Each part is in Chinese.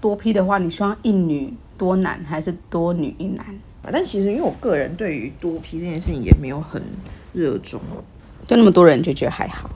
多批的话，你希望一女多男还是多女一男？但其实因为我个人对于多批这件事情也没有很热衷，就那么多人就觉得还好。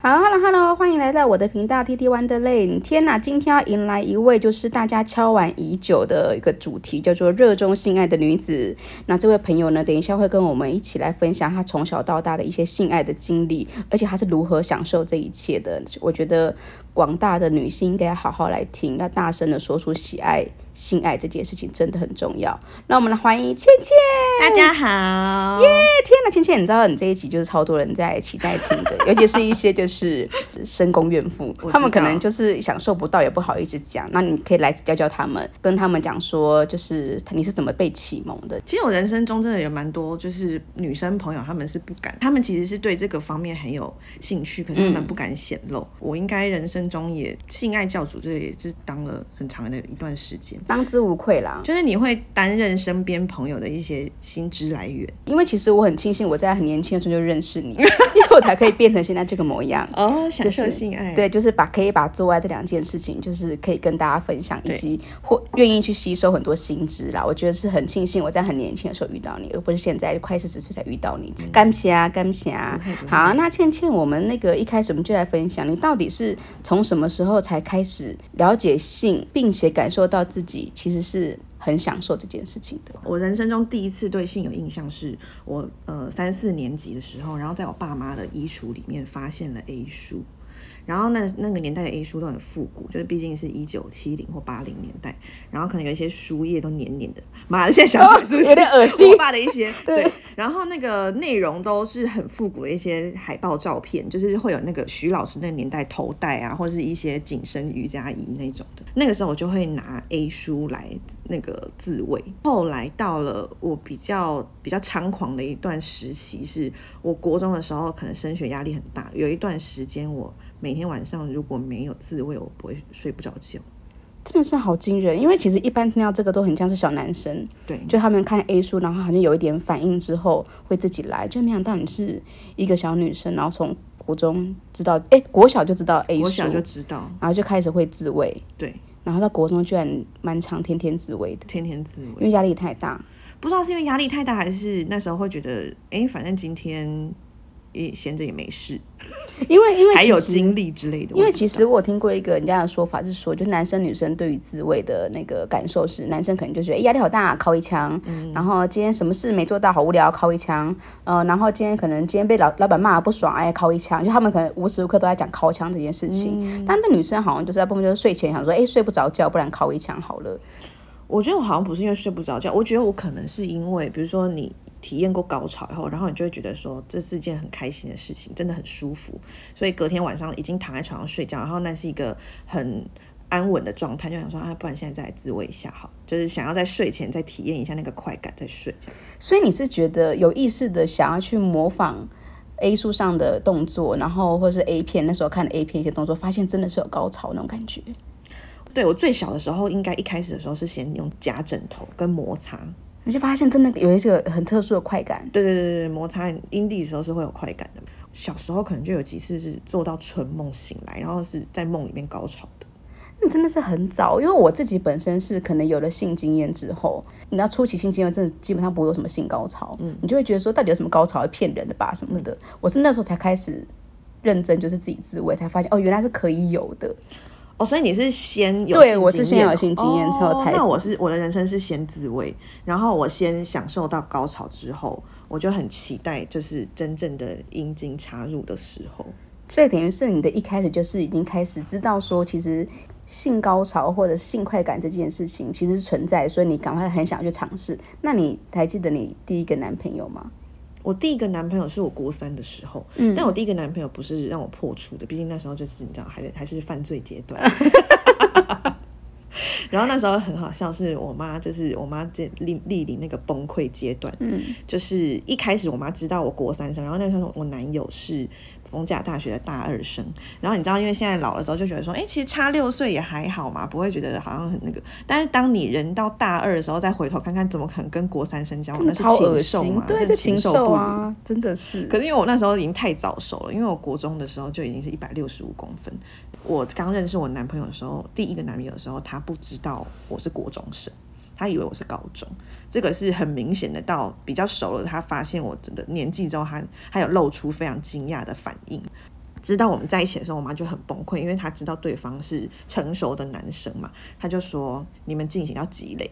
好，Hello Hello，欢迎来到我的频道 T T Wonderland。天哪，今天要迎来一位就是大家敲碗已久的一个主题，叫做热衷性爱的女子。那这位朋友呢，等一下会跟我们一起来分享她从小到大的一些性爱的经历，而且她是如何享受这一切的。我觉得广大的女性应该要好好来听，要大声的说出喜爱性爱这件事情真的很重要。那我们来欢迎倩倩。大家好，天呐，倩倩，你知道你这一集就是超多人在期待听 的，尤其是一些就是深宫怨妇我，知道他们可能就是享受不到，也不好意思讲。那你可以来教教他们，跟他们讲说，就是你是怎么被启蒙的。其实我人生中真的有蛮多就是女生朋友，她们是不敢，她们其实是对这个方面很有兴趣，可是她们不敢显露。我应该人生中也性爱教主，这也是当了很长的一段时间。当之无愧啦，就是你会担任身边朋友的一些薪资来源因为其实我很庆幸我在很年轻的时候就认 识你，因为我才可以变成现在这个模样。哦，享就是受性爱，对，就是把可以把做爱这两件事情，就是可以跟大家分享，以对及或愿意去吸收很多新知啦。我觉得是很庆幸我在很年轻的时候遇到你，而不是现在快四十岁才遇到你。嗯感谢啊，感谢啊。好，那倩倩，我们那个一开始我们就来分享，你到底是从什么时候才开始了解性，并且感受到自己其实是很享受这件事情的？我人生中第一次对性有印象是我呃三四年级的时候，然后在我爸妈的衣橱里面发现了 A 书，然后那那个年代的 A 书都很复古，就是毕竟是一九七零或八零年代，然后可能有一些书页都黏黏的，妈的，现在想起来 是不哦是、有点恶心我爸的一些对对，然后那个内容都是很复古的一些海报照片，就是会有那个徐老师那个年代头戴啊，或者是一些紧身瑜伽衣那种的。那个时候我就会拿 A 书来那个自慰。后来到了我比较比较猖狂的一段时期是，我国中的时候可能升学压力很大，有一段时间我每天晚上如果没有自慰，我不会睡不着觉。真的是好惊人，因为其实一般听到这个都很像是小男生，对，就他们看 A 书，然后好像有一点反应之后会自己来，就没想到你是一个小女生，然后从国中知道，哎、国小就知道 A 我书小，就知道，然后就开始会自慰，对，然后到国中居然蛮常天天自慰的，天天自慰因。为压力太大。不知道是因为压力太大，还是那时候会觉得，哎、反正今天也闲着也没事，因为因为还有其实精力之类的。因我为不其知实我有听过一个人家的说法，是说，就男生女生对于自慰的那个感受是，男生可能就觉得哎压、力好大，敲一枪，嗯然后今天什么事没做到，好无聊，敲一枪，呃，然后今天可能今天被老老板骂不爽，哎，敲一枪，就他们可能无时无刻都在讲敲枪这件事情，嗯但对女生好像就是大部分就是睡前想说，哎、睡不着觉，不然敲一枪好了，道我觉得我好像不是因为睡不着觉，我觉得我可能是因为，比如说你体验过高潮以后，然后你就会觉得说这是件很开心的事情，真的很舒服，所以隔天晚上已经躺在床上睡觉，然后那是一个很。安稳的状态，就想说啊，不然现在再来自慰一下好了，就是想要在睡前再体验一下那个快感，再睡这样。所以你是觉得有意识的想要去模仿 A 书上的动作，然后或是 A 片那时候看的 A 片一些动作，发现真的是有高潮那种感觉。对我最小的时候，应该一开始的时候是先用夹枕头跟摩擦，你就发现真的有一个很特殊的快感，对对对对，摩擦阴蒂的时候是会有快感的。小时候可能就有几次是做到纯梦醒来，然后是在梦里面高潮的。那真的是很早。因为我自己本身是可能有了性经验之后，你知道初期性经验真的基本上不会有什么性高潮，你就会觉得说到底有什么高潮骗人的吧什么的。我是那时候才开始认真，就是自己自慰，才发现哦原来是可以有的。哦，所以你是先有对性我是经先验有哦性经验之后才哦、那我是我的人生是先自慰，然后我先享受到高潮之后，我就很期待就是真正的阴茎插入的时候。所以等于是你的一开始就是已经开始知道说，其实性高潮或者性快感这件事情其实是存在，所以你赶快很想去尝试。那你还记得你第一个男朋友吗？我第一个男朋友是我国三的时候，嗯但我第一个男朋友不是让我破处的，毕竟那时候就是你知道，还在还是犯罪阶段。 然后那时候很好笑，是我妈，就是我妈这历历临那个崩溃阶段，嗯，就是一开始我妈知道我国三生，然后那时候我男友是逢甲大学的大二生。然后你知道，因为现在老了之后就觉得说，哎，其实差六岁也还好嘛，不会觉得好像很那个。但是当你人到大二的时候，再回头看看，怎么可能跟国三生交往？真哦那的是超恶禽兽心嘛，，对，那就是禽禽兽不如。啊，真的是。可是因为我那时候已经太早熟了，因为我国中的时候就已经是一百六十五公分。我刚认识我男朋友的时候，第一个男朋友的时候，他不知道我是国中生，他以为我是高中。这个是很明显的，到比较熟了，他发现我真的年纪之后，他还有露出非常惊讶的反应。知道我们在一起的时候，我妈就很崩溃，因为她知道对方是成熟的男生嘛，她就说你们进行到积累，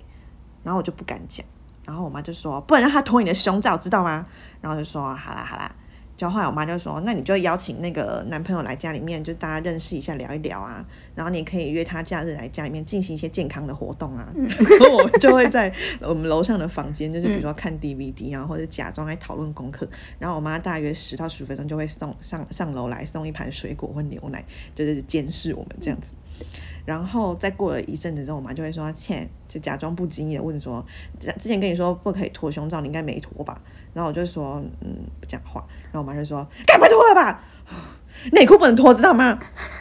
然后我就不敢讲，然后我妈就说不能让他脱你的胸罩，知道吗？然后就说好啦好啦，就后来我妈就说那你就邀请那个男朋友来家里面，就大家认识一下聊一聊啊，然后你可以约他假日来家里面进行一些健康的活动啊，然后我们就会在我们楼上的房间，就是比如说看 DVD 啊，或者假装在讨论功课，然后我妈大约十到十分钟就会送上上楼来送一盘水果或牛奶，就是监视我们这样子。然后再过了一阵子之后，我妈就会说：“倩，就假装不经意的问说，之之前跟你说不可以脱胸罩，你应该没脱吧？”然后我就说：“嗯，不讲话。”然后我妈就说：“该不会脱了吧？内裤不能脱，知道吗？”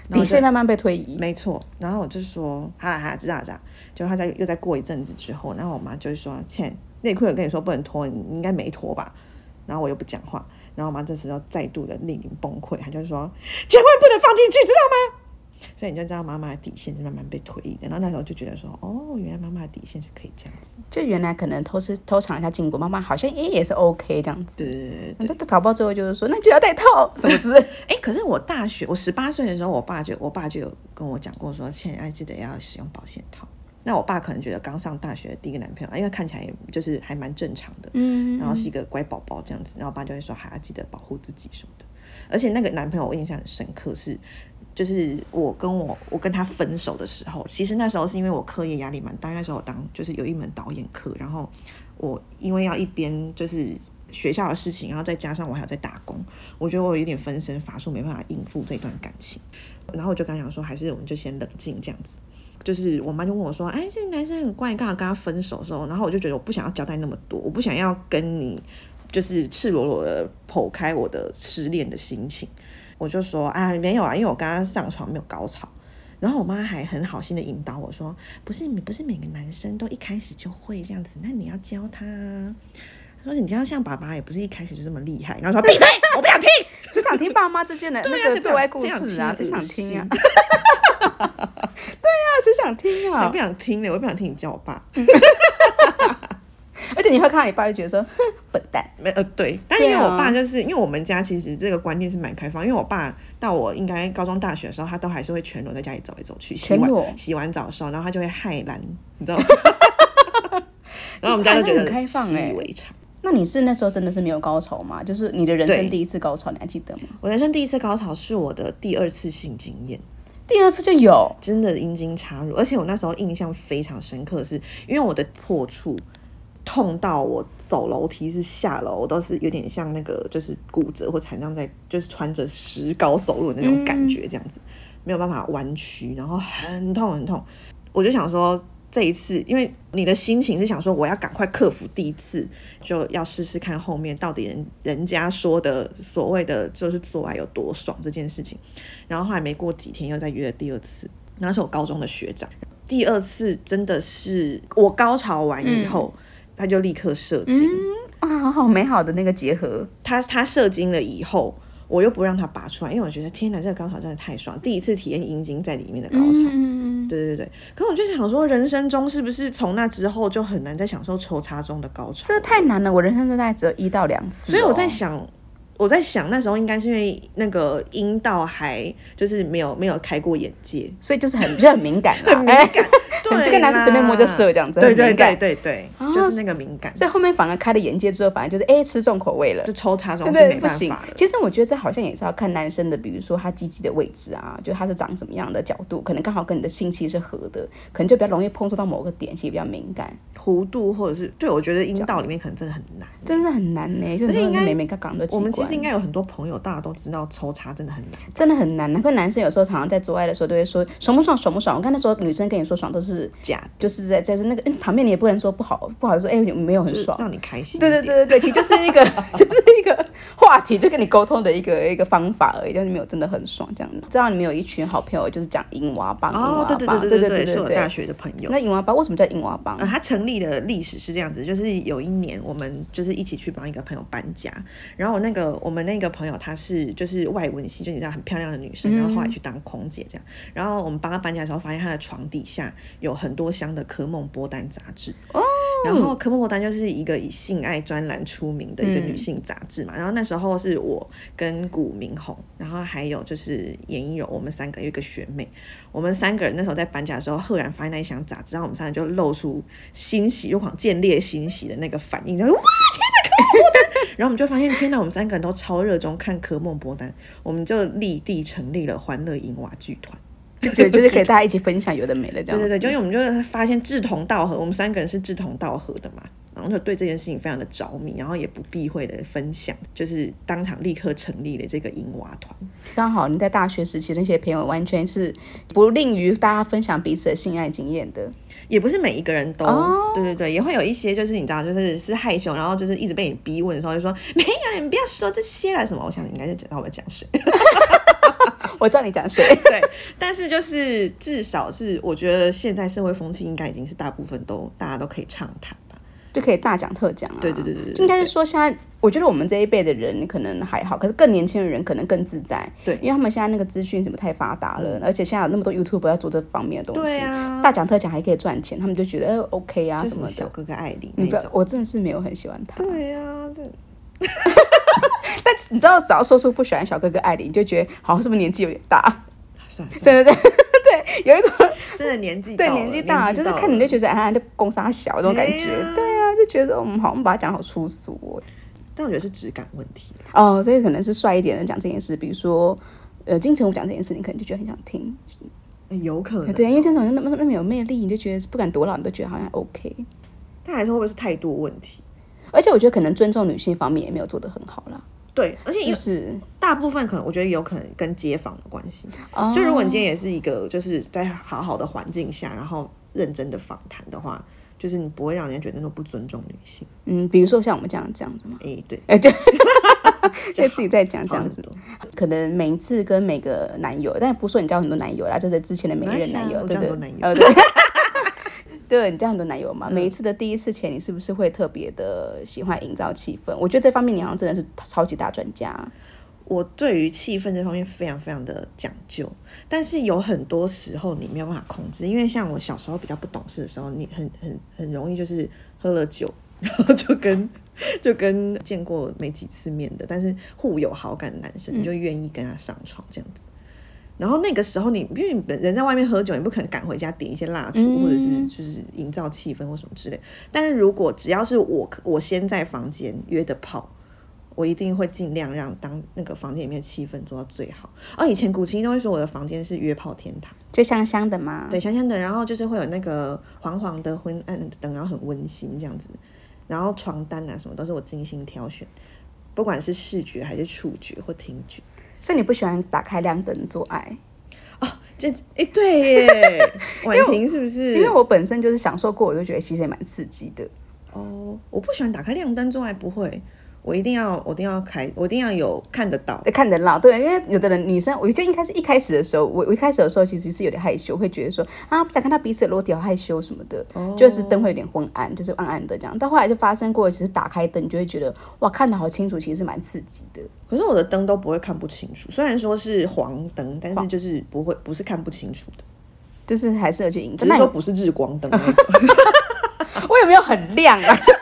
然后底我就线慢慢被推移，没错。然后我就说，好啦好啦，知道知道。就他在又再过一阵子之后，然后我妈就会说，倩，内裤有跟你说不能脱，你应该没脱吧？然后我又不讲话，然后我妈这时候再度的面临崩溃，她就说，千万不能放进去，知道吗？所以你就知道妈妈的底线是慢慢被推移的。然后那时候就觉得说，哦，原来妈妈的底线是可以这样子。就原来可能偷吃偷尝一下禁果，妈妈好像诶也是 OK 这样子。对对对对对。那这搞到最后就是说，那就要戴套什么之 类。哎、可是我大学，我十八岁的时候，我爸就我爸就有跟我讲过说，现在记得要使用保险套。那我爸可能觉得刚上大学的第一个男朋友，因为看起来也就是还蛮正常的，嗯，然后是一个乖宝宝这样子，然后我爸就会说还要记得保护自己什么的。而且那个男朋友我印象很深刻是，就是我跟我我跟他分手的时候，其实那时候是因为我课业压力蛮大，那时候我当就是有一门导演课，然后我因为要一边就是学校的事情，然后再加上我还有在打工，我觉得我有点分身乏术，没办法应付这段感情。然后我就跟他讲说，哎还是我们就先冷静这样子。就是我妈就问我说：“哎，这个男生很怪，干嘛跟他分手？”的时候，然后我就觉得我不想要交代那么多，我不想要跟你就是赤裸裸的剖开我的失恋的心情。我就说：“啊，没有啊，因为我刚刚上床没有高潮。”然后我妈还很好心的引导我说：“不是，不是每个男生都一开始就会这样子，那你要教他啊。”她说：“你要像爸爸，也不是一开始就这么厉害。”然后说：“闭嘴，我不想 听。”谁想听爸妈之间的对啊那个谁做爱想故谁事啊？想谁听想啊听啊？恶心对啊，谁想听我啊不？想听了，我不想听你叫我爸。而且你会看到你爸就觉得说，哼，笨蛋。没呃对，但因为对啊我爸就是、因为我们家其实这个观念是蛮开放，因为我爸到我应该高中大学的时候，他都还是会全裸在家里走来走去，洗全裸完洗完澡的时候，然后他就会害懒，你知 道吗？然后我们家就觉你爸还是很开得放习欸以为常。那你是那时候真的是没有高潮吗？就是你的人对生第一次高潮，你还记得吗？我人生第一次高潮是我的第二次性经验，第二次就有，真的阴茎插入，而且我那时候印象非常深刻的是，因为我的破处痛到我走楼梯是下楼，我都是有点像那个就是骨折或残障在，就是穿着石膏走路的那种感觉，这样子、没有办法弯曲，然后很痛很痛。我就想说这一次，因为你的心情是想说我要赶快克服第一次，就要试试看后面到底人人家说的所谓的就是做爱有多爽这件事情。然后后来没过几天又再约了第二次，那是我高中的学长。第二次真的是我高潮完以后，嗯他就立刻射精。哇，好好美好的那个结合，他他射精了以后，我又不让他拔出来，因为我觉得天哪，这个高潮真的太爽，第一次体验阴茎在里面的高潮。嗯，对对对，可我就想说，人生中是不是从那之后就很难再享受抽插中的高潮？这太难了，我人生中大概只有一到两次哦、所以我在想，我在想那时候应该是因为那个阴道还就是没有没有开过眼界，所以就是很就很敏感 啦，很敏 感，哎对，就跟男生随便摸就射这样子，对很对敏感对对对，啊就是那个敏感，所以后面反而开了眼界之后，反而就是哎、吃重口味了就。抽插中对是对，没不办行法。的。其实我觉得这好像也是要看男生的，比如说他鸡鸡的位置啊，就他是长什么样的角度，可能刚好跟你的性器是合的，可能就比较容易碰触到某个点，其实比较敏感，弧度或者是对我觉得阴道里面可能真的很难。真的是很难呢、就嗯而是且应该每每刚刚的器我官，们其实应该有很多朋友，大家都知道抽插真的很难，真的很难。难怪男生有时候常常在做爱的时候都会说爽不爽，爽不爽。我看那时候女生跟你说爽都是假就是在就是那个、嗯、场面，你也不能说不好，不好说哎、没有很就是爽。让你开心一对 对点。 对对对，其实就是一个就是一个话题，就跟你沟通的一个一个方法而已，但是没有真的很爽这样子。知道你们有一群好朋友就是讲英娃帮，英哦，娃对帮，对对对对对是我大学的朋友。那英娃帮为什么叫英娃帮？呃，它成立的历史是这样子，就是有一年我们就是一起去帮一个朋友搬家，然后我那个我们那个朋友她是就是外文系，就你知道很漂亮的女生，然后后来去当空姐这样，然后我们帮她搬家的时候，发现她的床底下有很多箱的科梦波丹杂志。然后科莫莫丹就是一个以性爱专栏出名的一个女性杂志嘛。然后那时候是我跟古明宏，然后还有就是严一柔，我们三个有一个学妹，我们三个人那时候在搬家的时候，赫然发现那一箱杂志，然后我们三个就露出欣喜，又狂见猎欣喜的那个反应，然后哇天哪，科莫波丹！ 然后我们就发现天哪，我们三个人都超热衷看科莫波丹，我们就立地成立了欢乐银娃剧团。就 觉得就是可以大家一起分享有的没的这样。对对对，就因为我们就是发现志同道合，我们三个人是志同道合的嘛，然后就对这件事情非常的着迷，然后也不避讳的分享，就是当场立刻成立了这个银娃团。刚好你在大学时期那些朋友完全是不吝于大家分享彼此的性爱经验的。也不是每一个人都，哦对对对，也会有一些就是你知道，就是是害羞，然后就是一直被你逼问的时候，就说没有，你们不要说这些啦什么。我想你应该是知道我在讲谁，我知道你讲谁， 对。但是就是至少是我觉得现在社会风气应该已经是大部分都大家都可以畅谈吧。就可以大讲特讲啊。对对对对对对就应该是说现在，我觉得我们这一辈的人可能还好，可是更年轻的人可能更自在，对嗯因为他们现在那个资讯什么太发达了，而且现在有那么多 YouTube 要做这方面的东西，对啊大讲特讲还可以赚钱，他们就觉得呃 OK 啊就什什么么的小。哥哥艾琳那你不要种，，我真的是没有很喜欢他。对啊，这但你知道，只要说出不喜欢小哥哥艾琳，你就觉得好像是不是年纪有点大？ 算了，对对对对，有一种真的年纪对到了年纪大，就是看你就觉得哎，就攻杀小这种感觉。哎呀对啊，就觉得我们好像把他讲得好粗俗哦。但我觉得是质感问题啦哦，所以可能是帅一点的人讲这件事，比如说，呃，金城武讲这件事，你可能就觉得很想听，欸有可能对，因为金城武那么那么有魅力，你就觉得是不管多老，你都觉得好像 OK。但还是会不会是态度问题？而且我觉得可能尊重女性方面也没有做得很好啦，对，而且是有不是？大部分可能我觉得有可能跟街坊的关系。哦就如果你今天也是一个就是在好好的环境下，然后认真的访谈的话，就是你不会让人家觉得那种不尊重女性。嗯，比如说像我们这样这样子嘛，哎、对，哎、就就自己在讲这好样很子，多。可能每一次跟每个男友，但不是说你交很多男友啦，这是之前的每一任没关系啊男友，我对交对很多男友嗯呃对。 对你交很多男友嘛？每一次的第一次前，你是不是会特别的喜欢营造气氛？我觉得这方面你好像真的是超级大专家。我对于气氛这方面非常非常的讲究，但是有很多时候你没有办法控制，因为像我小时候比较不懂事的时候，你很很很容易就是喝了酒，然后就跟就跟见过没几次面的，但是互有好感的男生，你就愿意跟他上床这样子。然后那个时候你，因为你人在外面喝酒，你不可能赶回家点一些蜡烛，嗯或者是就是营造气氛或什么之类。但是如果只要是我我先在房间约的炮，我一定会尽量让当那个房间里面气氛做到最好。哦，以前古琴都会说我的房间是约炮天堂，就香香的嘛。对，香香的，然后就是会有那个黄黄的昏暗的灯，然后很温馨这样子，然后床单啊什么都是我精心挑选，不管是视觉还是触觉或听觉。所以你不喜欢打开亮灯做爱，这哎、对 耶，婉婷是不是？因为我本身就是享受过，我就觉得其实也蛮刺激的。哦，我不喜欢打开亮灯做爱，不会，我一定要，我一定要开，我一定要有看得到。呃看人啦，对，因为有的人女生，我就一开始一开始的时候，我我一开始的时候其实是有点害羞，会觉得说啊不想看到彼此的裸体，好害羞什么的，就是灯会有点昏暗，就是暗暗的这样。但后来就发生过，其实打开灯你就会觉得哇看的好清楚，其实是蛮刺激的。可是我的灯都不会看不清楚，虽然说是黄灯，但是就是不会不是看不清楚的，就是还是有去营造。只是那说你不是日光 灯那种。我有没有很亮啊？就是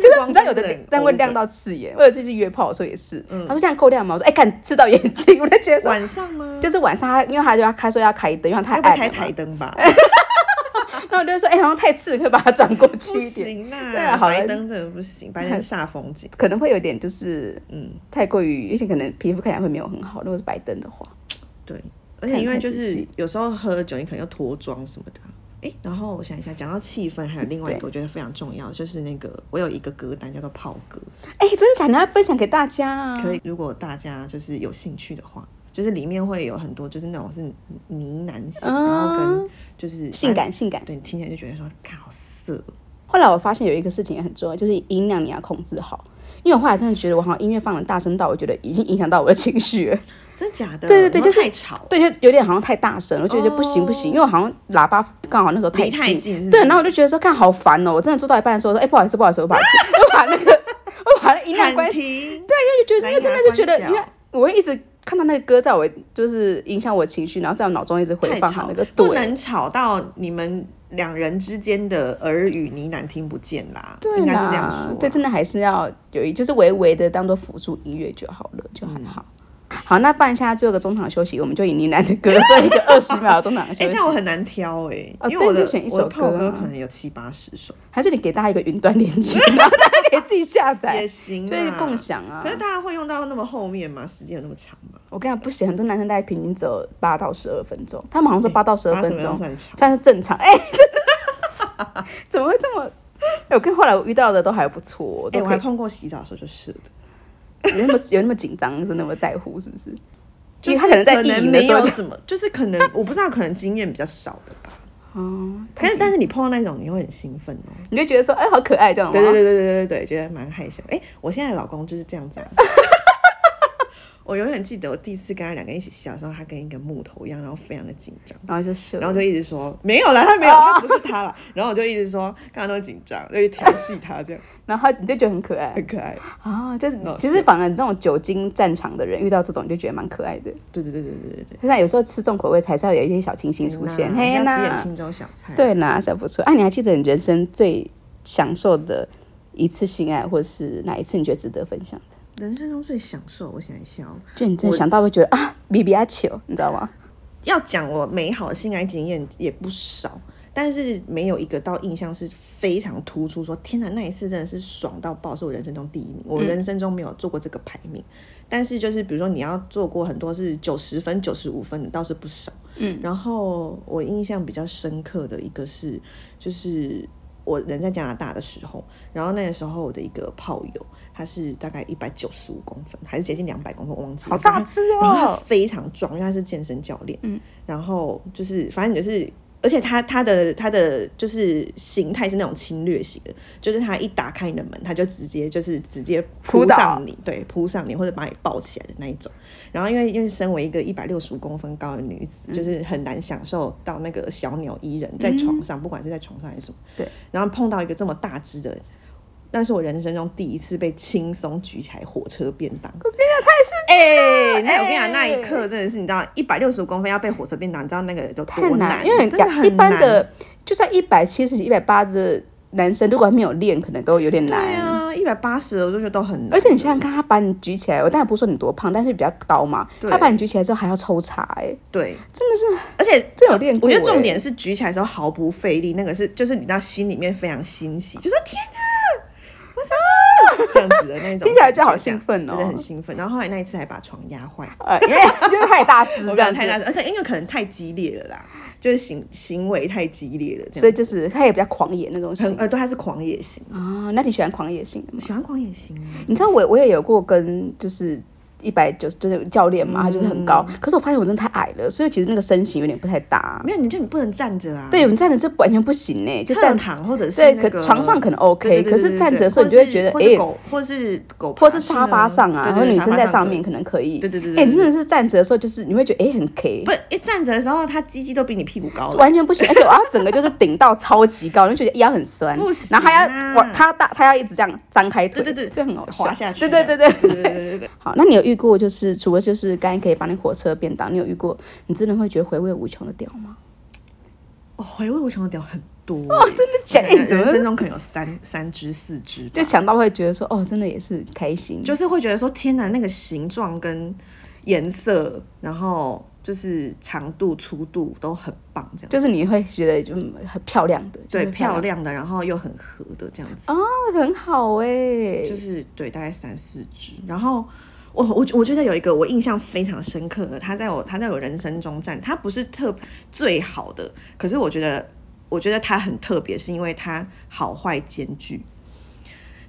日你光灯知道有的很灯会 over 亮到刺眼，我有一次去约炮的时候也是，他说这样够亮吗？我说哎，看、刺到眼睛，我就觉得说晚上吗？就是晚上他，因为他就要开说要开灯，因为他太要不要暗开了嘛哎台，灯 吧？那我就说哎、好像太刺了，可以把它转过去不一点。行对啊啦，好了白灯真的不行，白灯煞风景。可能会有点就是，嗯嗯，太过于，而且可能皮肤看起来会没有很好，如果是白灯的话，对，而且因为就看得太仔是细有时候喝酒，你可能要脱妆什么的啊。诶，然后我想一下，讲到气氛，还有另外一个我觉得非常重要，就是那个我有一个歌单叫做炮歌，哎、真的假的？要分享给大家啊！可以，如果大家就是有兴趣的话，就是里面会有很多就是那种是呢喃型，然后嗯跟就是性感性感。对你听起来就觉得说，看好色，后来我发现有一个事情也很重要，就是音量你要控制好，因因为我后来真的觉得我好像音乐放的大声到，我觉得已经影响到我的情绪 了。真的假的？对对对有没有就是太吵，对，就有点好像太大声了，我就觉得不行不行，因为我好像喇叭刚好那时候哦太离太近是不是对，然后我就觉得说，看好烦哦，我真的做到一半的时候说，哎、不好意思不好意思，我把 我把那个我把那音量关喊小，停。对，就觉得因为真的就觉得，蓝牙因关小为我会一直看到那个歌在我就是影响我情绪，然后在我脑中一直回太放吵它那个不对。能吵到你们两人之间的耳语呢喃听不见啦，对应该是啦这样说啊。对，真的还是要有一，就是微微的当做辅助音乐就好了，就还好。嗯好，那半下做个中场休息，我们就以呢喃的歌做一个二十秒的中场休息。哎、这样我很难挑哎、哦因为我对的就选一我的首炮歌歌啊可能有七八十首， 还是你给大家一个云端连接，然后大家可以自己下载 也，行，就是共。享啊可。是大家会用到那么后面吗？时间有那么长吗？我跟你讲，不行，很多男生大概平均只有八到十二分钟，他们好像说八到十二八分么样钟算长？算是正常。哎、这 怎么会这么？哎、我跟后来我遇到的都还不错，都哎、我可还以。碰过洗澡的时候就是的， 有那么有那么紧张，是那么在乎，是不是？就因为是他可能在意淫的没时候有就什么，就是可能我不知道，可能经验比较少的吧。哦，但是但是你碰到那种，你会很兴奋哦。你就觉得说，哎、好可爱，这样吗？对对对对对对对，觉得蛮害羞。哎、我现在的老公就是这样 子啊。我永远记得我第一次跟他两个人一起洗澡的时候，他跟一个木头一样，然后非常的紧张，然后就秀，然后就一直说没有啦，他没有，他不是 他啦。然后我就一直说，刚刚都紧张，就去调戏他，这样然后你就觉得很可爱很可 爱。啊、哦，就是嗯其实反而这种久经战场的人遇到这种，你就觉得蛮可爱的。对对对对对对对。哎现在有时候吃重口味才是要有一些小清新出嗯现，嘿要吃点呐，青州小菜。，对啦，是不错。哎、啊，你还记得你人生最享受的一次性爱，或是哪一次你觉得值得分享的？人生中最享受，我想一下哦。就你真的想到会觉得啊，比比阿球，你知道吗？要讲我美好的性爱经验也不少，但是没有一个到印象是非常突出说天哪，那一次真的是爽到爆，是我人生中第一名。我嗯人生中没有做过这个排名，但是就是比如说你要做过很多是九十分、九十五分的倒是不少。嗯，然后我印象比较深刻的一个是，就是我人在加拿大的时候，然后那个时候我的一个炮友，他是大概一百九十五公分，还是接近两百公分，我忘记了。好大反正只哦然后他非常壮，因为他是健身教练。嗯，然后就是反正就是。而且他他的他的就是形态是那种侵略型的，就是他一打开你的门，他就直接就是直接扑扑倒上你，对，扑上你或者把你抱起来的那一种。然后因为因为身为一个一百六十五公分高的女子，就是嗯很难享受到那个小鸟依人在床上，不管是在床上还是什么。对。然后碰到一个这么大只的人，那是我人生中第一次被轻松举起来火车便当。我跟你讲，太是哎、那我跟你哎讲，那一刻真的是你知道，一百六十五公分要被火车便当，你知道那个有太多因为很真的感一很般难的就算一百七十、一百八的男生，如果还没有练，可能都有点对难。啊，一百八十我就觉得都很难。而且你想想看，他把你举起来，我当然不是说你多胖，但是比较高嘛。对他把你举起来之后还要抽查、哎，对，真的是而且这有练过我觉得重欸点是举起来的时候毫不费力，那个是就是你知道心里面非常欣 喜，就说天啊，我是这样子的那种感 觉，听起来就好这样兴奋哦真的很兴奋。然后后来那一次还把床压坏， 呃，因为就是太大只我这讲样太大子，声，而且因为可能太激烈了啦，就是行行为太激烈了，这所以样。就是他也比较狂野那种型很呃，对，他是狂野型，啊、那你喜欢狂野型的吗？喜欢狂野型吗？你知道我我也有过跟就是。一百九就是教练嗯嘛，他就是很高，可是我发现我真的太矮了，所以其实那个身形有点不太搭。没有，你就你不能站着啊，对，，我们站着这完全不行呢、就侧站躺或者是对，那可个床上可能 OK，对对对可是对站着的时候你就对会觉得，或哎、是狗或是狗爬或式是呢，沙发上啊，对然后对女沙生发在上上可以面可能可以。对对对对哎、你对真的是站着的时候，就是你会觉得哎、很 K，不，哦一站着的时候，他鸡鸡都比你屁股 高了。完全不行，而且我要整个就是顶到超级高，你就觉得腰很酸，不行然啊后还要往他大他要一直这样张开腿，对对对就很好笑，滑下去啊对对对对对对对对，好，那你有遇过就是除了就是刚才可以把你火车变当，你有遇过你真的会觉得回味无穷的屌吗？我回味无穷的屌很多哦，真的假的你怎么人生中可能有三三只四只吧，就想到会觉得说哦，真的也是开心，就是会觉得说，天哪，那个形状跟颜色，然后就是长度、粗度都很棒，这样就是你会觉得就很漂亮的，就对是漂漂亮亮的，然后又很合的这样子，哦，很好哎、就是对，大概三四只，然后。我我我觉得有一个我印象非常深刻的，他在我他在我人生中站，他不是特最好的，可是我觉得我觉得他很特别，是因为他好坏兼具。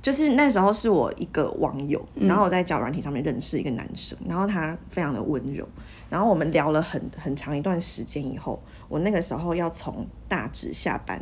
就是那时候是我一个网友，然后我在交友软体上面认识一个男生，然后他非常的温柔，然后我们聊了很很长一段时间以后，我那个时候要从大直下班，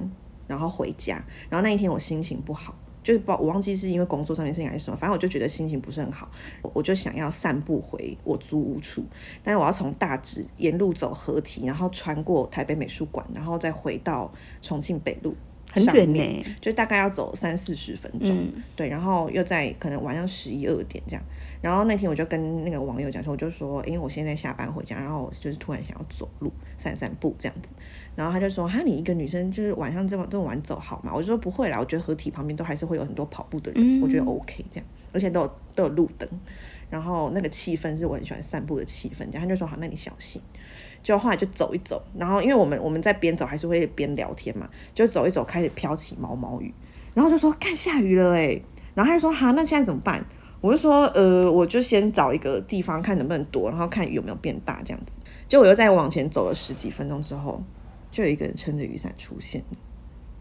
然后回家，然后那一天我心情不好，就是不我忘记是因为工作上面事情还是什么，反正我就觉得心情不是很好，我我就想要散步回我租屋处，但是我要从大直沿路走合体，然后穿过台北美术馆，然后再回到重庆北路。很上远呢、欸面就大概要走三四十分钟，嗯对，然后又在可能晚上十一二点这样。然后那天我就跟那个网友讲说，我就说，因为我现在下班回家，然后我就是突然想要走路散散步这样子。然后他就说，哈，你一个女生就是晚上这么这么晚走好吗？我就说不会啦，我觉得合体旁边都还是会有很多跑步的人，嗯我觉得 OK 这样，而且都有都有路灯，然后那个气氛是我很喜欢散步的气氛。这样他就说好，那你小心。就后来就走一走，然后因为我们我们在边走还是会边聊天嘛，就走一走开始飘起毛毛雨，然后就说看下雨了哎、然后他就说哈那现在怎么办？我就说呃我就先找一个地方看能不能躲，然后看雨有没有变大这样子。结果我又再往前走了十几分钟之后，就有一个人撑着雨伞出现了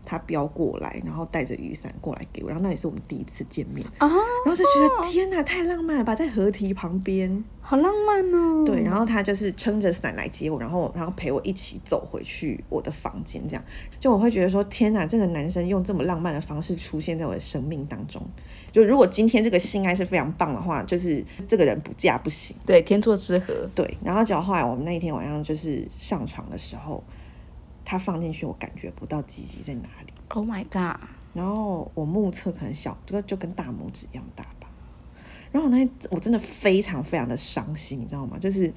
他飙过来，然后带着雨伞过来给我，然后那也是我们第一次见面，啊，然后就觉得天哪，太浪漫了吧，在河堤旁边。好浪漫哦。对，然后他就是撑着伞来接我，然后然后陪我一起走回去我的房间，这样就我会觉得说，天哪，这个男生用这么浪漫的方式出现在我的生命当中，就如果今天这个性爱是非常棒的话，就是这个人不嫁不行。对天作之合，对，然后结果后来我们那一天晚上就是上床的时候，他放进去，我感觉不到鸡鸡在哪里， Oh my god！然后我目测可能小，就就跟大拇指一样大吧。然后我那一我真的非常非常的伤心，你知道吗？就是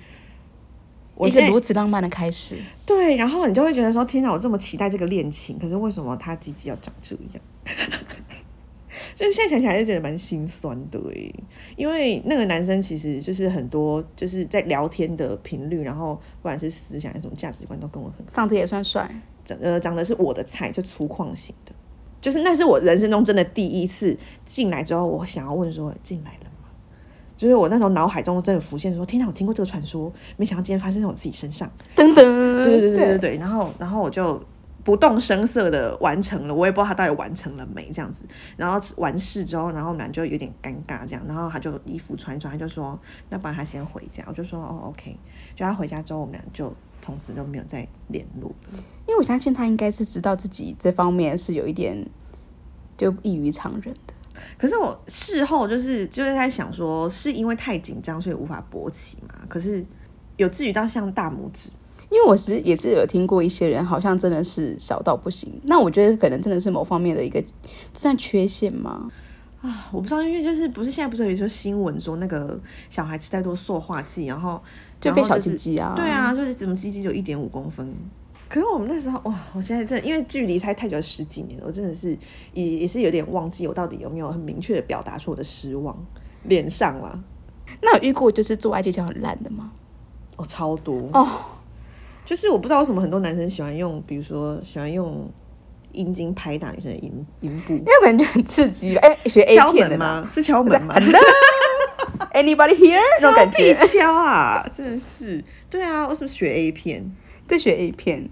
我一个现在如此浪漫的开始，对，然后你就会觉得说，天哪，我这么期待这个恋情，可是为什么他鸡鸡要长这样？ 就是现在想起来就觉得蛮心酸的诶，因为那个男生其实就是很多就是在聊天的频率，然后不管是思想还是什么价值观都跟我很长得也算帅，长呃长得是我的菜，就粗犷型的，就是那是我人生中真的第一次进来之后，我想要问说进来了吗？就是我那时候脑海中真的浮现说，天哪，我听过这个传说，没想到今天发生在我自己身上。噔噔，对对对对对，然后然后我就不动声色的完成了，我也不知道他到底完成了没这样子。然后完事之后，然后我们俩就有点尴尬这样，然后他就衣服穿一穿，他就说那不然他先回家，我就说哦 OK，就他回家之后，我们俩就从此都没有再联络了。因为我相信他应该是知道自己这方面是有一点就异于常人的，可是我事后就是就是在想说，是因为太紧张所以无法勃起嘛？可是有至于到像大拇指因为我是也是有听过一些人好像真的是少到不行，那我觉得可能真的是某方面的一个算缺陷吗？啊，我不知道，因为就是不是现在不是有一些新闻说那个小孩吃太多塑化剂，然后就被然后小是鸡鸡啊，对，啊，就是怎么鸡鸡就一点五公分。可是我们那时候哇，我现在真的因为距离才太久了，十几年了，我真的是也也是有点忘记我到底有没有很明确的表达出我的失望，脸上啦，那有遇过就是做爱技巧很烂的吗？哦，超多哦，就是我不知道为什么很多男生喜欢用，比如说喜欢用阴茎拍打女生的阴阴部，因为感觉很刺激， 哎、学 A 敲片的门嘛吗？是 敲门吗？ ，Anybody here 那种感觉，敲必敲啊， 真的是，对啊，为什么学 A 片？对，学 A 片。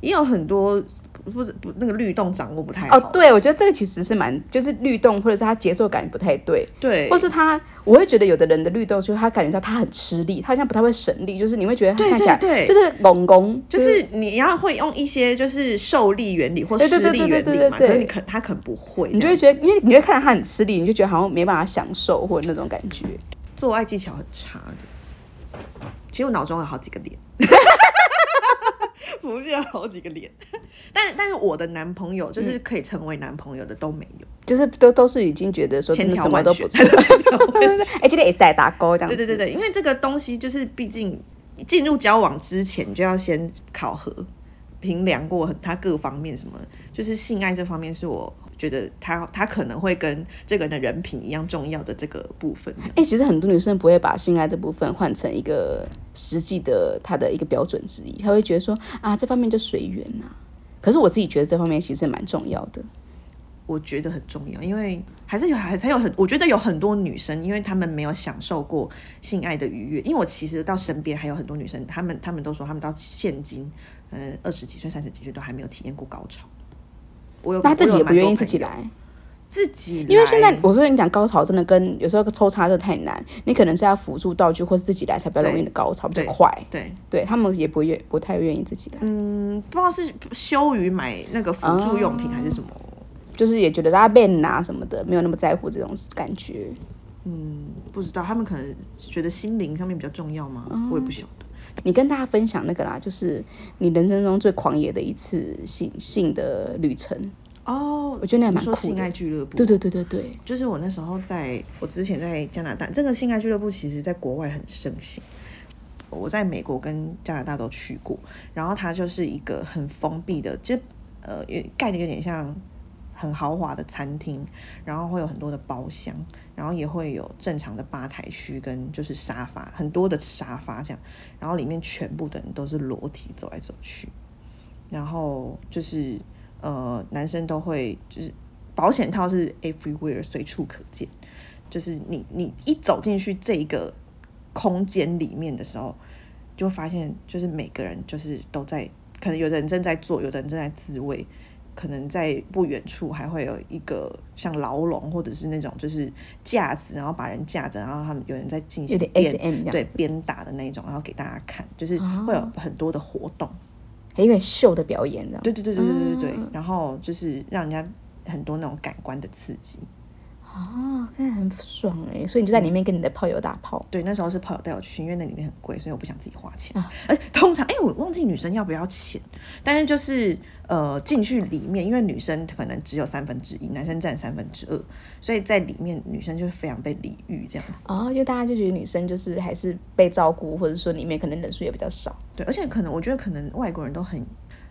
也有很多不不不那个律动掌握不太好，哦，对，我觉得这个其实是蛮，就是律动或者是他节奏感不太对，对，或是他，我会觉得有的人的律动就是他感觉到他很吃力，他好像不太会省力，就是你会觉得他对看起来对对就是拱拱，就是你要会用一些就是受力原理或对施对对力对对原对理嘛，对对可是你肯他肯不会，你就会觉得，因为你会看到他很吃力，你就觉得好像没办法享受或者那种感觉。得做爱技巧很差的。其实我脑中有好几个脸，浮现了好几个脸，但但是我的男朋友嗯就是可以成为男朋友的都没有，就是都都是已经觉得说真千的条什么万都选不 错，哎，今天也在打勾这样对子，对对对，因为这个东西就是毕竟进入交往之前就要先考核、评量过他各方面什么，就是性爱这方面是我觉得他他可能会跟这个人的人品一样重要的这个部分。这样哎、其实很多女生不会把性爱这部分换成一个实际的她的一个标准之一，她会觉得说啊，这方面就随缘呐。可是我自己觉得这方面其实蛮重要的，我觉得很重要，因为还是有还还有很，我觉得有很多女生，因为她们没有享受过性爱的愉悦。因为我其实到身边还有很多女生，她们她们都说她们到现今，呃，二十几岁、三十几岁都还没有体验过高潮。我有那她自我己有也不蛮多愿意自朋己友来，自己来，因为现在我说你讲高潮真的跟有时候抽插真的太难，你可能是要辅助道具或是自己来才比较容易的高潮比较对快，对，对他们也不愿不太愿意自己来。嗯，不知道是羞于买那个辅助用品还是什么，就是也觉得大家变啊什么的，没有那么在乎这种感觉。不知道他们可能觉得心灵上面比较重要吗？我也不晓得。你跟大家分享那个啦，就是你人生中最狂野的一次性性的旅程，哦我，觉得那还你蛮说酷性的爱。俱乐部，对对对对对，就是我那时候在，我之前在加拿大，这个性爱俱乐部其实在国外很盛行。我在美国跟加拿大都去过，然后它就是一个很封闭的，就呃有盖的有点像很豪华的餐厅，然后会有很多的包厢，然后也会有正常的吧台区跟就是沙发，很多的沙发这样，然后里面全部的人都是裸体走来走去，然后就是呃男生都会就是保险套是 everywhere 随处可见，就是你你一走进去这一个空间里面的时候，就发现就是每个人就是都在，可能有的人正在做，有的人正在自慰，可能在不远处还会有一个像牢笼或者是那种就是架子，然后把人架着，然后他们有人在进有行点鞭 SM 这样对子鞭打的那一种，然后给大家看，就是哦会有很多的活动。还有一个秀的表演这样。对对对对对对对，然后就是让人家很多那种感官的刺激。哦，看很爽哎、所以你就在里面跟你的炮友打炮。对，那时候是朋友带我去，因为那里面很贵，所以我不想自己花钱。啊而通常，哎、我忘记女生要不要钱，但是就是呃，进去里面，因为女生可能只有三分之一，男生占三分之二，所以在里面女生就非常被礼遇这样子。哦，就大家就觉得女生就是还是被照顾，或者说里面可能人数也比较少。对，而且可能我觉得可能外国人都很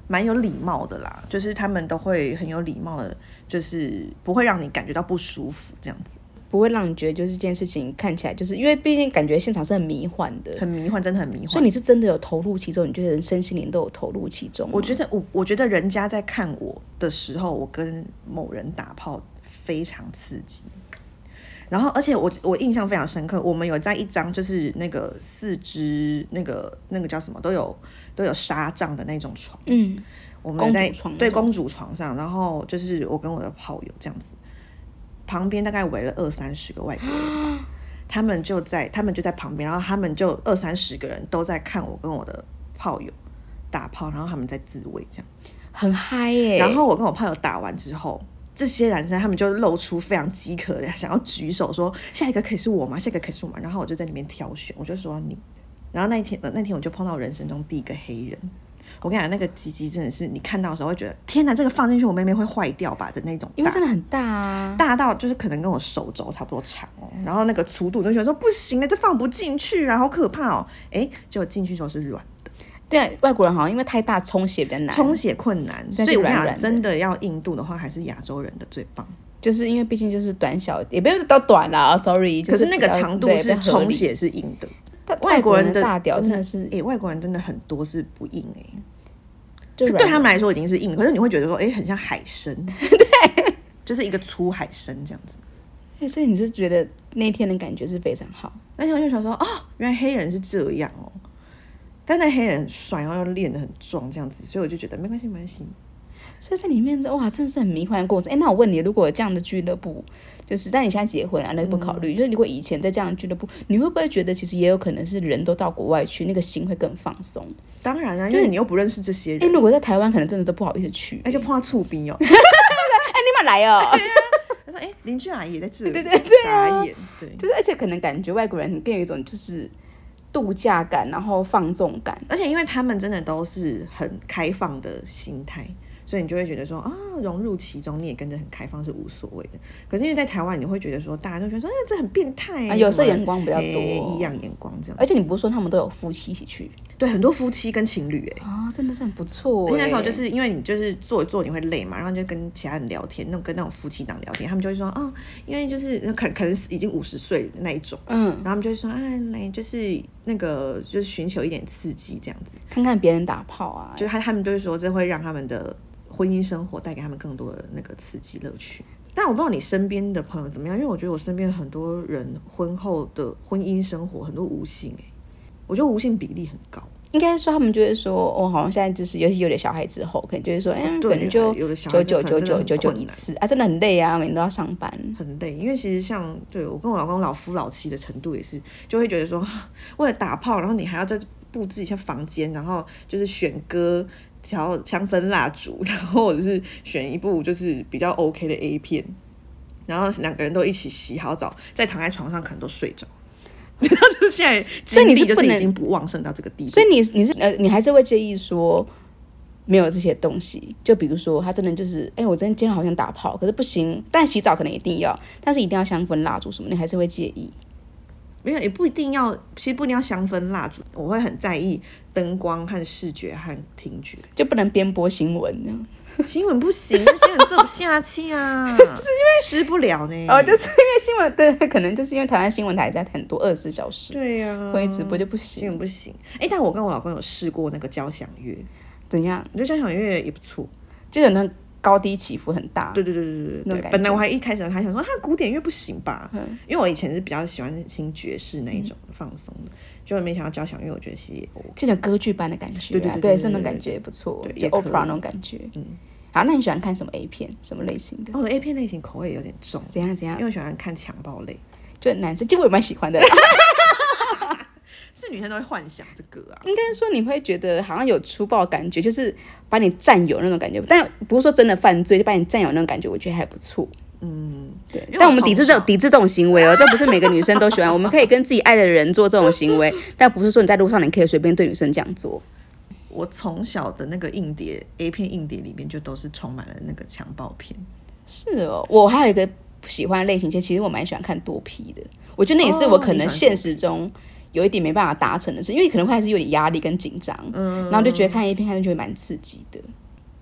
蛮有礼貌的啦，就是他们都会很有礼貌的，就是不会让你感觉到不舒服这样子，不会让你觉得就是这件事情看起来就是因为毕竟感觉现场是很迷幻的，很迷幻，真的很迷所幻以。你是真的有投入其中，你觉得人身心灵都有投入其中吗。我觉得我我觉得人家在看我的时候，我跟某人打炮非常刺激。然后，而且我我印象非常深刻，我们有在一张就是那个四肢那个那个叫什么都有都有纱帐的那种床，嗯，我们有在公主床对那种公主床上，然后就是我跟我的炮友这样子，旁边大概围了二三十个外国 人吧，他们就在他们就在旁边，然后他们就二三十个人都在看我跟我的炮友打炮，然后他们在自慰这样。很嗨耶、然后我跟我朋友打完之后，这些男生他们就露出非常饥渴的，想要举手说下一个可以是我吗？下一个可以是我吗？然后我就在里面挑选，我就说你。然后那一天，呃那天我就碰到我人生中第一个黑人。我跟你讲，那个鸡鸡真的是你看到的时候会觉得，天哪，这个放进去我妹妹会坏掉吧的那种因为大真的很大啊，大到就是可能跟我手肘差不多长哦，然后那个粗度，你就觉得说不行了，这放不进去啊，好可怕哦！哎，结果进去之后是软，对啊外国人好像因为太大充血比较难，充血困难，所以所是以我跟你软讲，软的真的要硬度的话，还是亚洲人的最棒。就是因为毕竟就是短小，也不要到短啦，sorry，就哦可是比那较个长度对比是较合理充血是硬的，但外国人的的大屌真真的是诶、外国人真的很多是不硬诶、就就软对他们来说已经是硬，可是你会觉得说，诶、很像海 参，对，就是一个粗海参这样子。的，欸所以你是觉得那天的感觉是非常好，那天我就想说，哦，原来黑人是这样哦，但那黑人很帅，然后又练得很壮这样子，所以我就觉得没关系，没关系。所以在里面哇，真的是很迷幻的过程。哎、那我问你，如果有这样的俱乐部，就是但你现在结婚啊，那不考虑。就是如果以前在这样的俱乐部，你会不会觉得其实也有可能是人都到国外去，那个心会更放松？当然啊，因就是为你又不认识这些哎、人，如果在台湾，可能真的都不好意思去。哎、就碰到醋兵哦，哎、你们来哦、 他说，哎、邻居阿姨也在这里，对对对啊傻眼，对。就是而且可能感觉外国人更有一种就是度假感，然后放纵感。而且因为他们真的都是很开放的心态，所以你就会觉得说啊，融入其中，你也跟着很开放是无所谓的。可是因为在台湾，你会觉得说，大家都觉得说，哎、这很变态、啊有什么色眼光比较多哎异样眼光这样。而且你不是说他们都有夫妻一起去对很多夫妻跟情侣、哎。哦，真的是很不错、欸。而且那时候就是因为你就是坐一坐你会累嘛，然后你就跟其他人聊天，那种跟那种夫妻档聊天，他们就会说啊、因为就是呃可可能是已经五十岁的那一种，嗯然，后他们就会说啊，来就是那个就是寻求一点刺激这样子。看看别人打炮啊，就他他们就是说，这会让他们的婚姻生活带给他们更多的那个刺激乐趣。但我不知道你身边的朋友怎么样，因为我觉得我身边很多人婚后的婚姻生活很多无性哎、我觉得无性比例很高。应该说他们就会说，哦，好像现在就是，尤其有点小孩之后，可能就会说，哎、可哦对能就有的小九孩子九可能九真的九很九九困一难次啊，真的很累啊，每天都要上班。很累，因为其实像对我跟我老公老夫老妻的程度也是，就会觉 得说，为了打炮，然后你还要再布置一下房间，然后就是选歌，调香氛蜡烛，然后或者是选一部就是比较 OK 的 A 片，然后两个人都一起洗好澡，再躺在床上可能都睡着。 就是现在所以你是精力就不是能已经不旺盛到这个地步，所以你你是呃，你还是会介意说没有这些东西，就比如说他真的就是，哎、我真的今天好想打炮，可是不行，但洗澡可能一定要，但是一定要香氛蜡烛什么，你还是会介意。没有，也不一定要，其实不一定要香氛蜡烛，我会很在意灯光和视觉和听觉。就不能边播新闻这样， 新闻不行，那新闻做不下去 啊，是因为吃不了呢。哦，就是因为新闻，对，可能就是因为台湾新闻台在很多二十四小时对呀、会一直播就不嗯新行，闻不行。哎、但我跟我老公有试过那个交响乐，怎样？我觉得交响乐也不错。就有那种高低起伏很大，对对对对对那种对对。感本来觉我还一开始还想说，他古典乐不行吧？因为我以前是比较喜欢听爵士那一种放松的，就没想到交响乐，我觉得其实也 OK。就有歌剧般的感觉、啊，对对对对对，对是那种对感觉也不错，对就也可以 opera 那种感觉。嗯好，那你喜欢看什么 A 片，什么类型的？哦我的 A 片类型口味有点重，怎样怎因样为？我喜欢看强暴类，就男生，其实我也蛮喜 欢的。是女生都会幻想这个啊。应该说你会觉得好像有粗暴感觉，就是把你占有那种感觉，但不是说真的犯罪，就把你占有那种感觉，我觉得还不错。嗯，对因为，但我我们抵制这从小种抵制这种行为哦，这不是每个女生都喜欢。我们可以跟自己爱的人做这种行 为，但不是说你在路上你可以随便对女生这样做。我从小的那个硬碟 A 片硬碟里面就都是充满了那个强暴片，是哦，我还有一个喜欢的类型，其实其实我蛮喜欢看多批的。我觉得那也是哦我可你喜能欢现实中有一点没办法达成的事，因为可能会还是有点压力跟紧张，嗯，然后就觉得看 A 片看就觉得蛮刺激的。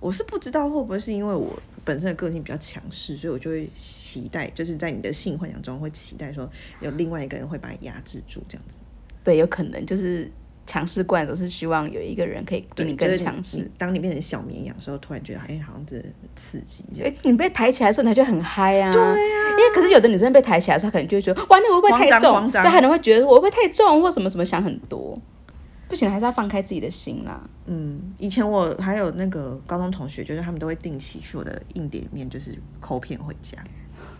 我是不知道会不会是因为我本身的个性比较强势，所以我就会期待，就是在你的性幻想中会期待说有另外一个人会把你压制住这样子，对，有可能就是强势惯总是希望有一个人可以比你就更是强你势。当你变成小绵羊的时候，突然觉得哎、好像真的很刺激这样。哎，你被抬起来的时候，你就很嗨啊！对呀、因为可是有的女生被抬起来的时候，她可能就会觉得，哇，那我会不会太慌张重？慌对，张她可能会觉得我会不会太重，或什么什么，想很多。不行，还是要放开自己的心啦。嗯，以前我还有那个高中同学，就是他们都会定期去我的硬碟里面，就是抠片回家。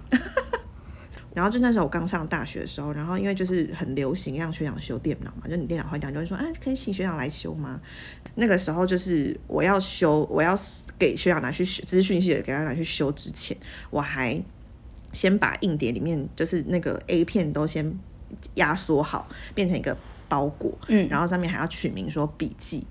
然后就那时候我刚上大学的时候，然后因为就是很流行让学长修电脑嘛，就你电脑坏掉，你就会说，哎、可以请学长来修吗？那个时候就是我要修，我要给学长拿去修资讯系的给他拿去修之前，我还先把硬碟里面就是那个 A 片都先压缩好，变成一个包裹，嗯然后上面还要取名说笔记。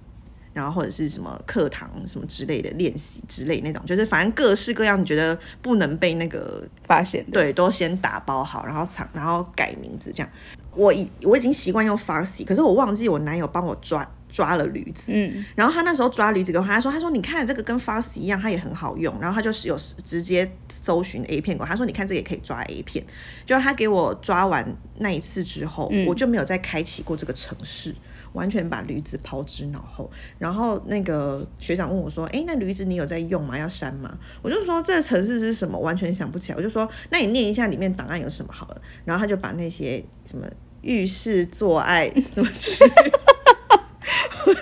然后或者是什么课堂什么之类的练习之类那种，就是反正各式各样，你觉得不能被那个发现的，对，都先打包好，然后藏，然后改名字这样。我已我已经习惯用 Foxy，可是我忘记我男友帮我抓抓了驴子。嗯，然后他那时候抓驴子给我看，他说：“他说你看这个跟 Foxy 一样，它也很好用。”然后他就是有直接搜寻 A 片给我，他说：“你看这个也可以抓 A 片。”就他给我抓完那一次之后，我就没有再开启过这个城市，完全把驴子抛之脑后。然后那个学长问我说：“哎诶，那驴子你有在用吗？要删吗？”我就说这个城市是什么，完全想不起来。我就说：“那你念一下里面档案有什么好了。”然后他就把那些什么浴室做爱什么之类的。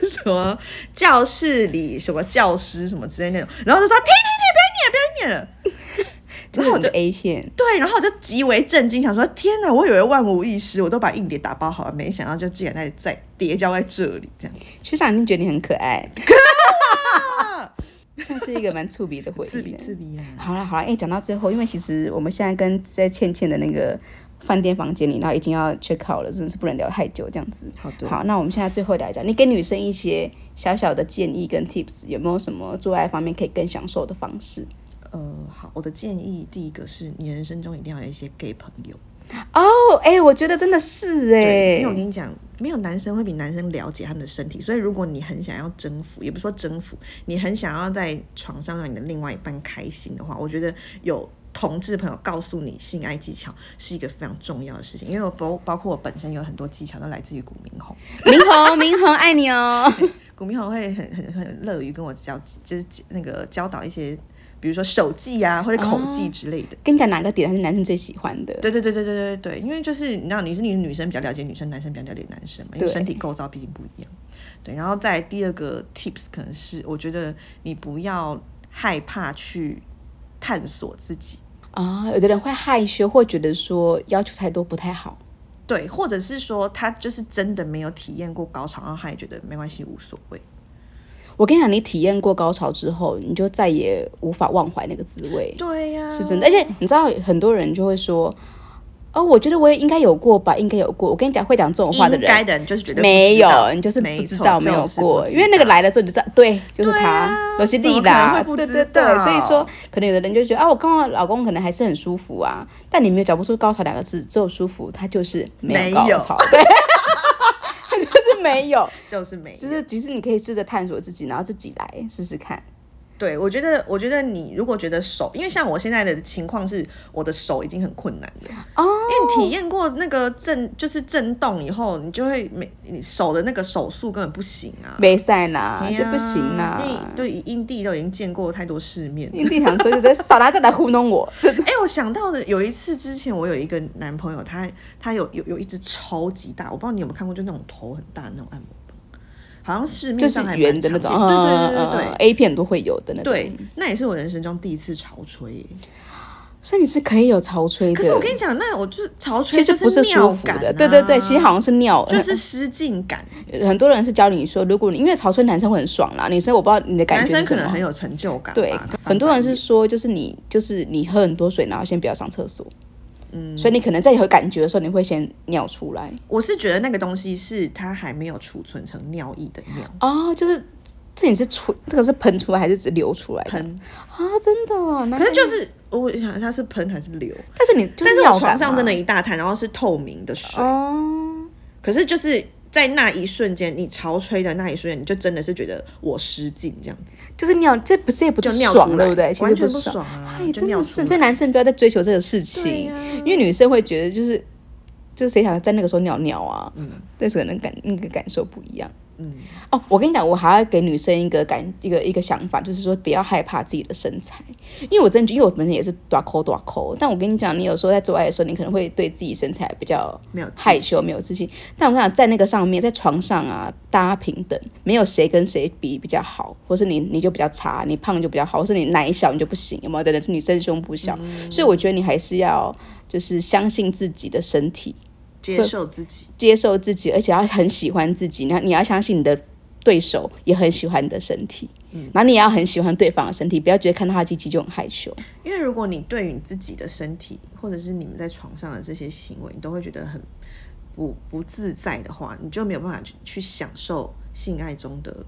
什么教室里什么教师什么之类那种，然后就说停停停，不要念了，不要念了。就是你的 A 片，对，然后我就极为震惊，想说天哪，我以为万无一失，我都把硬碟打包好了，没想到就竟然在在叠交在这里，这样学长一定觉得你很可 爱，这是一个蛮触鼻的回忆。自比自比啊。好啦好啦，哎、讲到最后，因为其实我们现在跟在倩倩的那个饭店房间里，然后已经要 check out 了，真的是不能聊太久这样子。好的好，那我们现在最后聊一下，你给女生一些小小的建议跟 tips，有没有什么做爱方面可以更享受的方式？呃，好，我的建议第一个是你人生中一定要有一些 gay 朋友，哦，哎、我觉得真的是哎、对，因为我跟你讲，没有男生会比男生了解他们的身体，所以如果你很想要征服，也不是说征服，你很想要在床上让你的另外一半开心的话，我觉得有。同志朋友告诉你，性爱技巧是一个非常重要的事情，因为我包包括我本身有很多技巧都来自于古明宏，明宏，明宏爱你 哦。古明宏会很很很乐于跟我教，就是那个教导一些，比如说手技啊或者口技之类的。跟你讲哪个点还是男生最喜欢的？对对对对对对对，因为就是你知道，女生女女生比较了解女生，男生比较了解男生嘛，因为对身体构造毕竟不一样。对，然后再来第二个 tips 可能是，我觉得你不要害怕去探索自己，啊、有的人会害羞，或觉得说要求太多不太好。对，或者是说他就是真的没有体验过高潮，然后他也觉得没关系，无所谓。我跟你讲，你体验过高潮之后，你就再也无法忘怀那个滋味，对呀、是真的。而且你知道，很多人就会说。哦，我觉得我也应该有过吧，应该有过。我跟你讲，会讲这种话的应该人的人就是绝对不没知道有，你就是不没知错道没有就是不过，知因为那个道来了之后你就知道，对，就是对他，啊有些怎地么可能会啦，不对知对对。所以道说，可能有的人就觉得啊，我跟我老公可能还是很舒服啊，但你没有讲不出高潮两个字，只有舒服，他就是没没有高有潮，对，他就是没有。就是没有。就是其实你可以试着探索自己，然后自己来试试看。对，我觉得，我觉得你如果觉得手，因为像我现在的情况是，我的手已经很困难了。哦因为你体验过那个震，就是震动以后，你就会没你手的那个手速根本不行啊，没赛啦，哎呀这不行啦。那对印地都已经见过太多世面了。因地想说，就在少他再来糊弄我，这哎、我想到的有一次之前，我有一个男朋友，他他有有有一只超级大，我不知道你有没有看过，就那种头很大的那种按摩棒，好像市就面是上还蛮圆的那种，常见对对对嗯嗯对嗯嗯对。 ，A 片都会有的那种。对，那也是我人生中第一次潮吹耶。所以你是可以有潮吹的。可是我跟你讲，那我就是潮吹其实就不是舒尿服感、啊，的，对对对，其实好像是尿，就是失禁感。很多人是教你说，如果你因为潮吹男生会很爽啦，女生我不知道你的感男觉生是可什能么。很有成就感吧，对跟，很多人是翻说，就是你就是你喝很多水，然后先不要上厕所，嗯，所以你可能在有感觉的时候，你会先尿出来。白眼，我是觉得那个东西是它还没有储存成尿液的尿哦，就是这你是出这个是喷出来还是只流出来的喷，啊？真的哦，那可是就是我想它是喷还是流？但是你就但是尿我床感上嘛真的一大滩，然后是透明的水，哦，可是就是在那一瞬间，你潮吹的那一瞬间，你就真的是觉得我失禁这样子，就是尿，这不是也不就是尿爽出来对不对？其实完全不不爽爽啊哎，就真尿的出是，来所以男生不要再追求这个事对情，呀因为女生会觉得就是，就是谁想在那个时候尿尿啊？嗯，但是可能感那个感受不一样。嗯，哦，我跟你讲，我还要给女生一个感一个一个想法，就是说不要害怕自己的身材，因为我真的因为我本身也是短抠短抠，但我跟你讲，你有时候在做爱的时候，你可能会对自己身材比较没有自信害羞，没有自信。但我想在那个上面，在床上啊，大家平等，没有谁跟谁比比较好，或是你你就比较差，你胖就比较好，或是你奶小你就不行，有没有？的人是女生胸部小，所以我觉得你还是要就是相信自己的身体，接受自己。接受自己，而且要很喜欢自己。你要你要相信你的对手也很喜欢你的身体，然后你也要很喜欢对方的身体，不要觉得看到他的鸡鸡就很害羞。因为如果你对于你自己的身体，或者是你们在床上的这些行为，你都会觉得很不不自在的话，你就没有办法去去享受性爱中的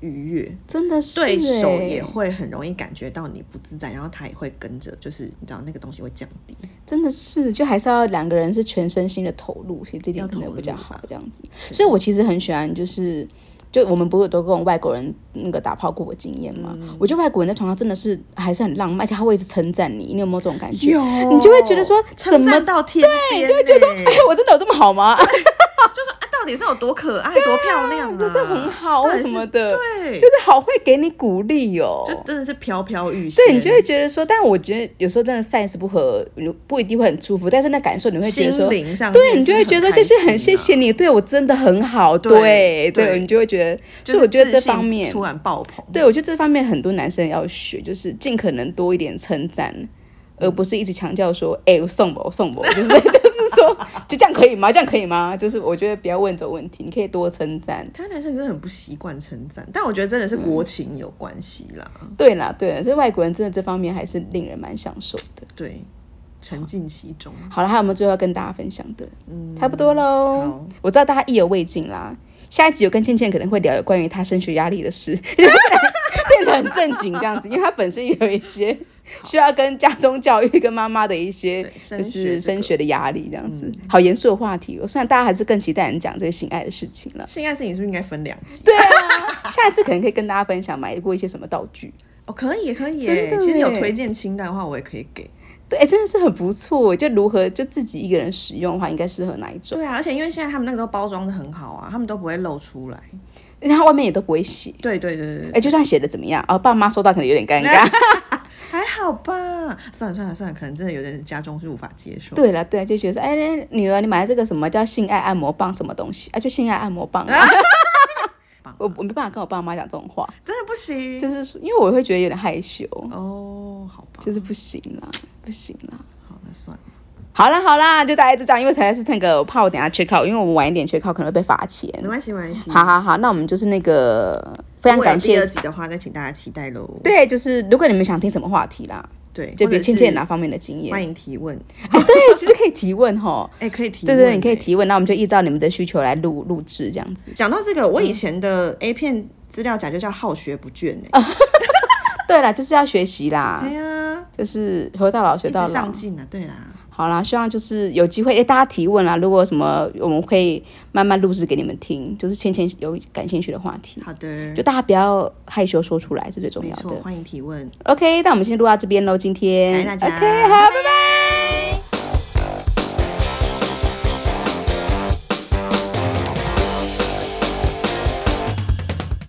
愉悦。真的是、欸，对手也会很容易感觉到你不自在，然后他也会跟着，就是你知道那个东西会降低。真的是，就还是要两个人是全身心的投入，所以这点要可能投入比较吧好，这样子。所以我其实很喜欢，就是就我们不是都跟外国人那个打炮过的经验嘛、嗯我觉得外国人在床上真的是还是很浪漫，而且他会一直称赞你，你有没有这种感觉？你就会觉得说怎称么赞到天边、欸，就会觉得说，哎， 我真的有这么好吗？ 就是啊，到底是有多可爱、多漂亮啊，这很好到底啊是什么的对，就是好会给你鼓励哦。就真的是飘飘欲仙。对，你就会觉得说，但我觉得有时候真的 size 不合，你不一定会很舒服，但是那感受你会觉得心说，灵上面是对很开心啊、啊你就会觉得说，谢谢，很谢谢你，对我真的很好，对，对对，对你就会觉得，就所以是我觉得这自信方面，突然爆棚，对我觉得这方面很多男生要学，就是尽可能多一点称赞，而不是一直强调说， 哎、我送我，我送我，就是 就是说，就这样可以吗？这样可以吗？就是我觉得不要问这种问题，你可以多称赞。台湾男生真的很不习惯称赞，但我觉得真的是嗯国情有关系啦。对啦，对啦，所以外国人真的这方面还是令人蛮享受的。对，沉浸其中。好了，还有没有最后要跟大家分享的？嗯，差不多喽好。我知道大家意犹未尽啦。下一集我跟倩倩可能会聊有关于她升学压力的事， 变得很正经这样子，因为她本身也有一些需要跟家中教育、跟妈妈的一些对升就学是这升个嗯学的压力这样子。好严肃的话题哦，虽然大家还是更期待你讲这个性爱的事情 了。性爱事情是不是应该分两集？对啊，下一次可能可以跟大家分享买过一些什么道具。哦，可以，可以真的耶。其实有耶推荐清单的话，我也可以给。对，哎真的是很不错。就如何就自己一个人使用的话，应该适合哪一种？对啊，而且因为现在他们那个都包装的很好啊，他们都不会露出来。而且它外面也都不会写。对对对对哎、对，就算写的怎么样，哦，爸妈收到可能有点尴 尬。还好吧。算了算了算了，可能真的有的人家中是无法接受。对了，对啊，就觉得说，哎、女儿，你买的这个什么叫性爱按摩棒什么东西啊？就性爱按摩棒、啊。 棒啊嗯我我没办法跟我爸妈讲这种话，真的不行。就是说因为我会觉得有点害羞，哦，好吧，就是不行啦，不行啦。好，那算了。好啦好啦，就大概就这样，因为实在是那个我怕我等一下缺考，因为我们晚一点缺考可能会被罚钱。没关系，没关系。好好好，那我们就是那个非常如果有感嗯第二谢。集的话，再请大家期待喽。对，就是如果你们想听什么话题啦，对，就或比者如倩倩是哪方面的经验，欢迎提问。哎，对，其实可以提问吼。哎、可以提对问、对，你可以哎提问，那我们就依照你们的需求来录录制这样子。 讲到这个，我以前的 A 片资料夹就叫好学不倦啊哎、对啦，就是要学习啦哎，呀，就是活到老学一到直老上。进啊，对啦，好啦，希望就是有机会，哎，大家提问啦，如果有什么我们可以慢慢录制给你们听，就是倩倩有感兴趣的话题，好的就，大家不要害羞说出来是最重没要错，的。欢迎提问， OK，那我们先录到这边喽，今感谢天大 OK，家好，拜拜。